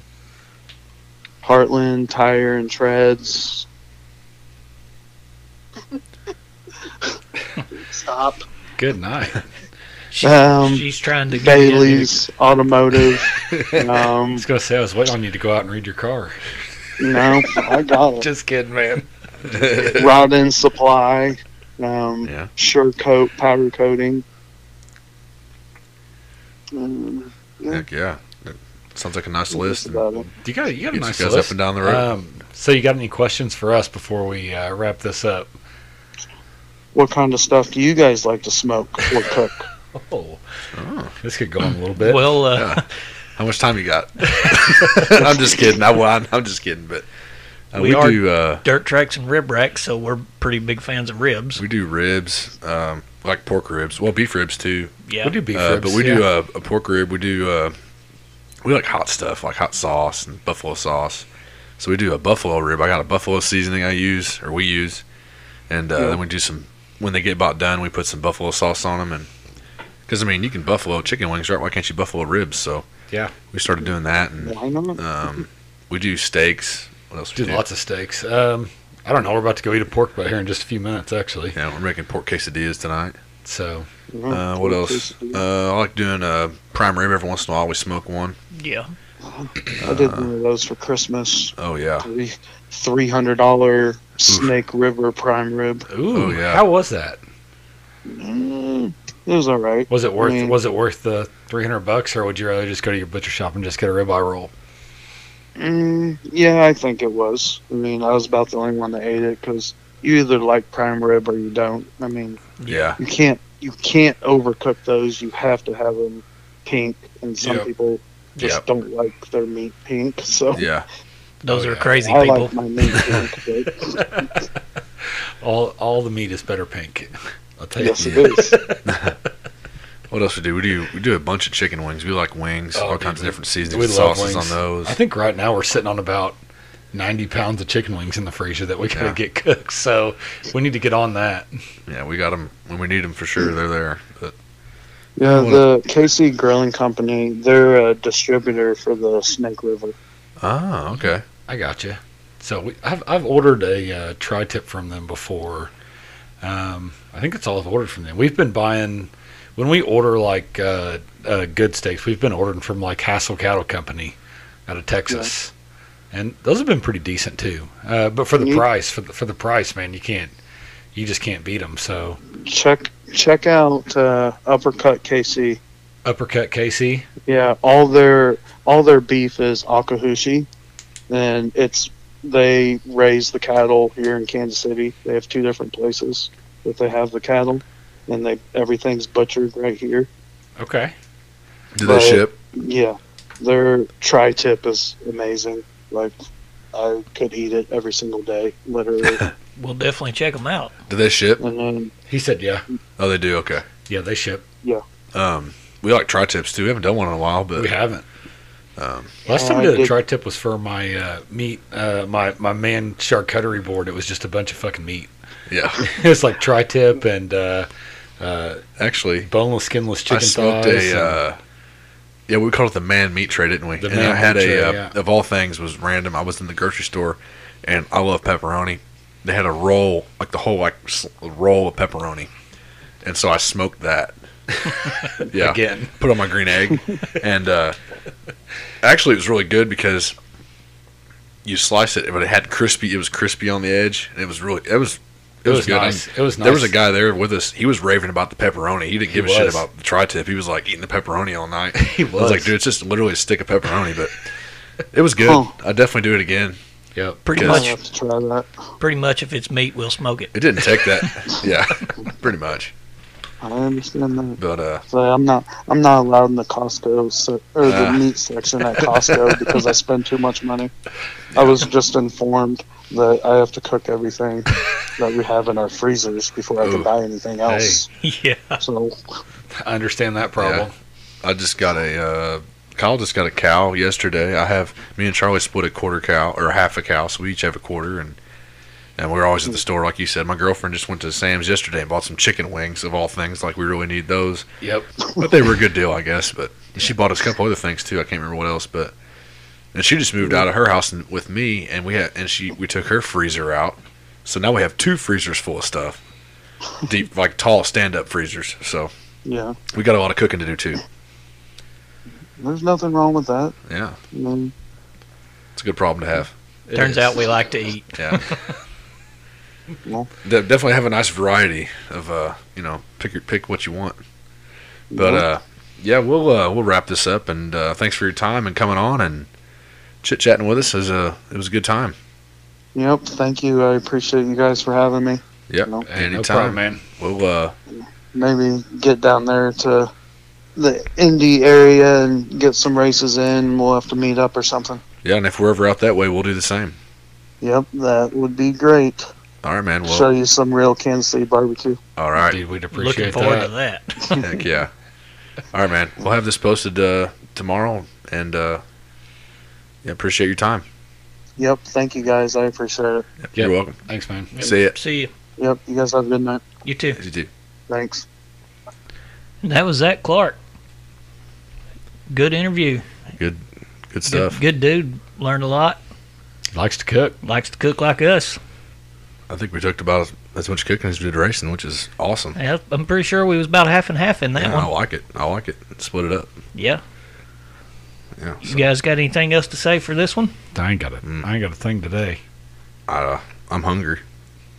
S3: Heartland Tire and Treads. Stop.
S4: Good night.
S1: She,
S3: Um,
S1: she's trying to get in.
S3: Bailey's
S2: [LAUGHS]
S3: Automotive.
S4: I
S3: Um,
S4: was gonna say I was waiting on you to go out and read your car.
S3: no, I got it.
S4: Just kidding, man.
S3: Rodden Supply, um,
S2: Yeah.
S3: Sure Coat Powder Coating. Um,
S2: Heck yeah. That sounds like a nice list.
S3: that's
S2: And
S3: about it.
S4: You got you got a
S2: gets
S4: nice
S2: you guys
S4: list.
S2: up and down the road.
S4: Um, so, you got any questions for us before we uh, wrap this up?
S3: What kind of stuff do you guys like to smoke or cook?
S2: [LAUGHS]
S4: Oh,
S2: Oh.
S4: this could go on a little bit.
S1: Well, uh,
S2: Yeah. How much time you
S4: [LAUGHS]
S2: got? I'm just kidding. I, well, I'm just kidding. But
S1: We
S2: uh, we,
S1: are-
S2: do uh,
S1: [LAUGHS] dirt tracks and rib racks, so we're pretty big fans of ribs.
S2: we do ribs, um, like pork ribs. Well, beef ribs too.
S1: Yeah.
S4: we do beef
S2: Uh,
S4: ribs,
S2: but we
S4: yeah.
S2: do uh, a pork rib. We do uh, we like hot stuff, like hot sauce and buffalo sauce. So we do a buffalo rib. I got a buffalo seasoning I use, or we use, and uh,
S3: Yeah.
S2: then we do some. When they get about done, we put some buffalo sauce on them, and because I mean, you can buffalo chicken wings, right? Why can't you buffalo ribs? So
S4: Yeah.
S2: we started doing that, and
S3: Why not?
S2: um, we do steaks. What else?
S4: do
S2: we do?
S4: lots of steaks. Um, I don't know. We're about to go eat a pork butt here in just a few minutes, actually.
S2: Yeah, we're making pork quesadillas tonight.
S4: So
S3: Oh,
S2: Uh, what else? Uh, I like doing a prime rib every once in a while. We smoke one.
S1: Yeah.
S2: Uh,
S3: I did one of those for Christmas.
S2: Oh yeah.
S3: Three- $300 Snake River prime rib.
S4: ooh,
S2: Oh, yeah.
S4: how was that?
S3: Mm, it was all right.
S4: Was it worth
S3: mean-
S4: was it worth the three hundred bucks, or would you rather just go to your butcher shop and just get a ribeye roll?
S3: Mm, yeah, I think it was. I mean, I was about the only one that ate it because you either like prime rib or you don't. I mean,
S2: Yeah.
S3: you can't you can't overcook those. You have to have them pink, and some
S4: Yep.
S3: people just
S2: Yep.
S3: don't like their meat pink. So
S2: Yeah.
S1: Those
S4: Oh,
S1: are
S4: yeah.
S1: crazy
S3: I
S1: people.
S3: like my meat pink. But
S4: [LAUGHS] All all the meat is better pink. I'll tell you.
S3: yes, it is.
S2: What else we do? We do we do a bunch of chicken wings. We like wings,
S4: Oh,
S2: all
S4: dude,
S2: kinds of
S4: we-
S2: different seasonings,
S4: we
S2: and
S4: love
S2: sauces
S4: wings.
S2: on those.
S4: I think right now we're sitting on about 90 pounds of chicken wings in the freezer that we gotta
S2: Yeah.
S4: get cooked. So we need to get on that.
S2: yeah, we got them when we need them for sure. They're there. But
S3: Yeah,
S2: Well-
S3: the KC Grilling Company, they're a distributor for the Snake River.
S2: ah, okay.
S4: I got you. So we, I've I've ordered a uh, tri-tip from them before. Um, I think that's all I've ordered from them. We've been buying when we order like uh, uh, good steaks. We've been ordering from like Hassel Cattle Company out of Texas, and those have been pretty decent too. Uh, but for the
S3: Mhm.
S4: price, for the, for the price, man, you can't you just can't beat them. So
S3: Check check out uh, Uppercut KC.
S4: uppercut KC,
S3: Yeah, all their all their beef is Akahushi, and it's they raise the cattle here in Kansas City. They have two different places that they have the cattle, and they everything's butchered right here.
S4: okay,
S2: Do
S3: Well,
S2: they ship?
S3: Yeah, their tri tip is amazing. Like, I could eat it every single day, literally.
S1: We'll definitely check them out.
S2: Do they ship?
S3: and then,
S4: he said, yeah,
S2: Oh, they do. Okay.
S4: yeah, they ship.
S2: Um, we like tri tips too. We haven't done one in a while, but
S4: We haven't.
S2: Um,
S4: Last
S3: Oh,
S4: time I
S3: I
S4: did a
S3: did-
S4: tri tip was for my uh, meat, uh, my my man charcuterie board. It was just a bunch of fucking meat. [LAUGHS]
S2: yeah. [LAUGHS]
S4: it was like tri tip and uh, uh,
S2: Actually,
S4: boneless, skinless
S2: I
S4: chicken
S2: smoked
S4: thighs.
S2: a. Uh, yeah, we called it the man meat tray, didn't we?
S4: The
S2: and
S4: man
S2: I had
S4: meat tray,
S2: a uh,
S4: yeah.
S2: of all things was random. I was in the grocery store, and I love pepperoni. They had a roll, like the whole like s- roll of pepperoni, and so I smoked that. uh,
S4: [LAUGHS]
S2: yeah,
S4: Again,
S2: put on my green
S4: [LAUGHS]
S2: egg, and uh, actually it was really good because you slice it, but it had crispy. It was crispy on the edge, and it was really it was it,
S4: it
S2: was,
S4: was,
S2: good. I'm-
S4: nice. It was nice.
S2: there was a guy there with us. He was raving about the pepperoni. He didn't
S4: He
S2: give a shit
S4: was.
S2: about the tri-tip. He was like eating the pepperoni all night. [LAUGHS]
S4: He
S2: I was like, dude, it's just literally a stick of pepperoni, but it was good.
S3: Huh.
S2: I definitely do it again.
S4: Yep.
S1: Pretty
S2: Good.
S3: I
S1: much,
S3: have to try that.
S1: pretty much. If it's meat, we'll smoke it. [LAUGHS]
S2: It didn't take that. yeah, [LAUGHS] pretty much.
S3: I understand that.
S2: But uh,
S3: So I'm not I'm not allowed in the Costco se- or the
S2: Ah.
S3: meat section at
S2: [LAUGHS]
S3: Costco because I spend too much money. I was just informed that I have to cook everything that we have in our freezers before I
S2: Ooh.
S3: can buy anything else.
S1: yeah.
S3: So
S4: I understand that problem.
S2: I just got a uh, Kyle just got a cow yesterday. I have me and Charlie split a quarter cow or half a cow, so we each have a quarter and. And we are always at the store, like you said. My girlfriend just went to Sam's yesterday and bought some chicken wings, of all things. Like we really need those.
S4: Yep.
S2: But they were a good deal, I guess. But she bought us a couple other things too. I can't remember what else. But and she just moved out of her house and, with me, and we had and she we took her freezer out. So now we have two freezers full of stuff, deep like tall stand up freezers. So
S3: yeah,
S2: we got a lot of cooking to do too.
S3: there's nothing wrong with that. Mm-hmm.
S2: Yeah,
S3: I mean,
S2: it's a good problem to have.
S4: It
S1: Turns
S4: is.
S1: out we like to eat.
S2: Yeah,
S3: Well.
S2: De- definitely have a nice variety of uh you know pick your, pick what you want. But
S3: yeah.
S2: uh, yeah, we'll uh, we'll wrap this up, and uh, thanks for your time and coming on and chit chatting with us. It was a it was a good time.
S3: Yep, thank you. I appreciate you guys for having me.
S2: Yeah,
S3: No.
S4: Hey,
S2: anytime.
S4: no problem, man.
S2: We'll uh,
S3: Maybe get down there to the Indy area and get some races in. We'll have to meet up or something.
S2: yeah, and if we're ever out that way, we'll do the same.
S3: Yep, that would be great.
S2: All right, man.
S3: Show
S2: Well,
S3: you some real Kansas City barbecue.
S2: all
S4: [LAUGHS]
S2: right.
S4: Dude, we'd
S1: Looking
S4: appreciate
S1: forward
S4: that.
S1: to that.
S2: Heck yeah. All right, man. We'll have this posted uh, tomorrow, and uh, yeah, appreciate your time.
S3: Yep, thank you guys. I appreciate it.
S2: Yep,
S4: Yep.
S2: You're welcome.
S4: Thanks, man.
S2: See ya.
S1: See you.
S3: Yep, you guys have a good night.
S1: You too.
S2: You too.
S3: Thanks.
S1: And that was Zach Clark. Good interview.
S2: Good
S1: Good,
S2: stuff.
S1: good dude. Learned a lot.
S4: Likes to cook.
S1: Likes to cook like us.
S2: I think we talked about as, as much cooking as we did racing, which is awesome.
S1: Yeah, I'm pretty sure we was about half and half in that
S2: Yeah, I
S1: one.
S2: like it. I like it. Split it up.
S1: Yeah.
S2: Yeah.
S1: You guys got anything else to say for this one?
S4: I ain't got a. I ain't got a thing today.
S2: I, uh, I'm hungry.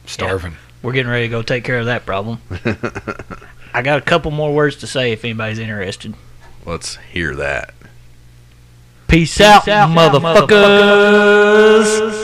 S4: Starving.
S1: We're getting ready to go take care of that problem. I got a couple more words to say if anybody's interested.
S2: Let's hear that.
S1: Peace, out, motherfuckers.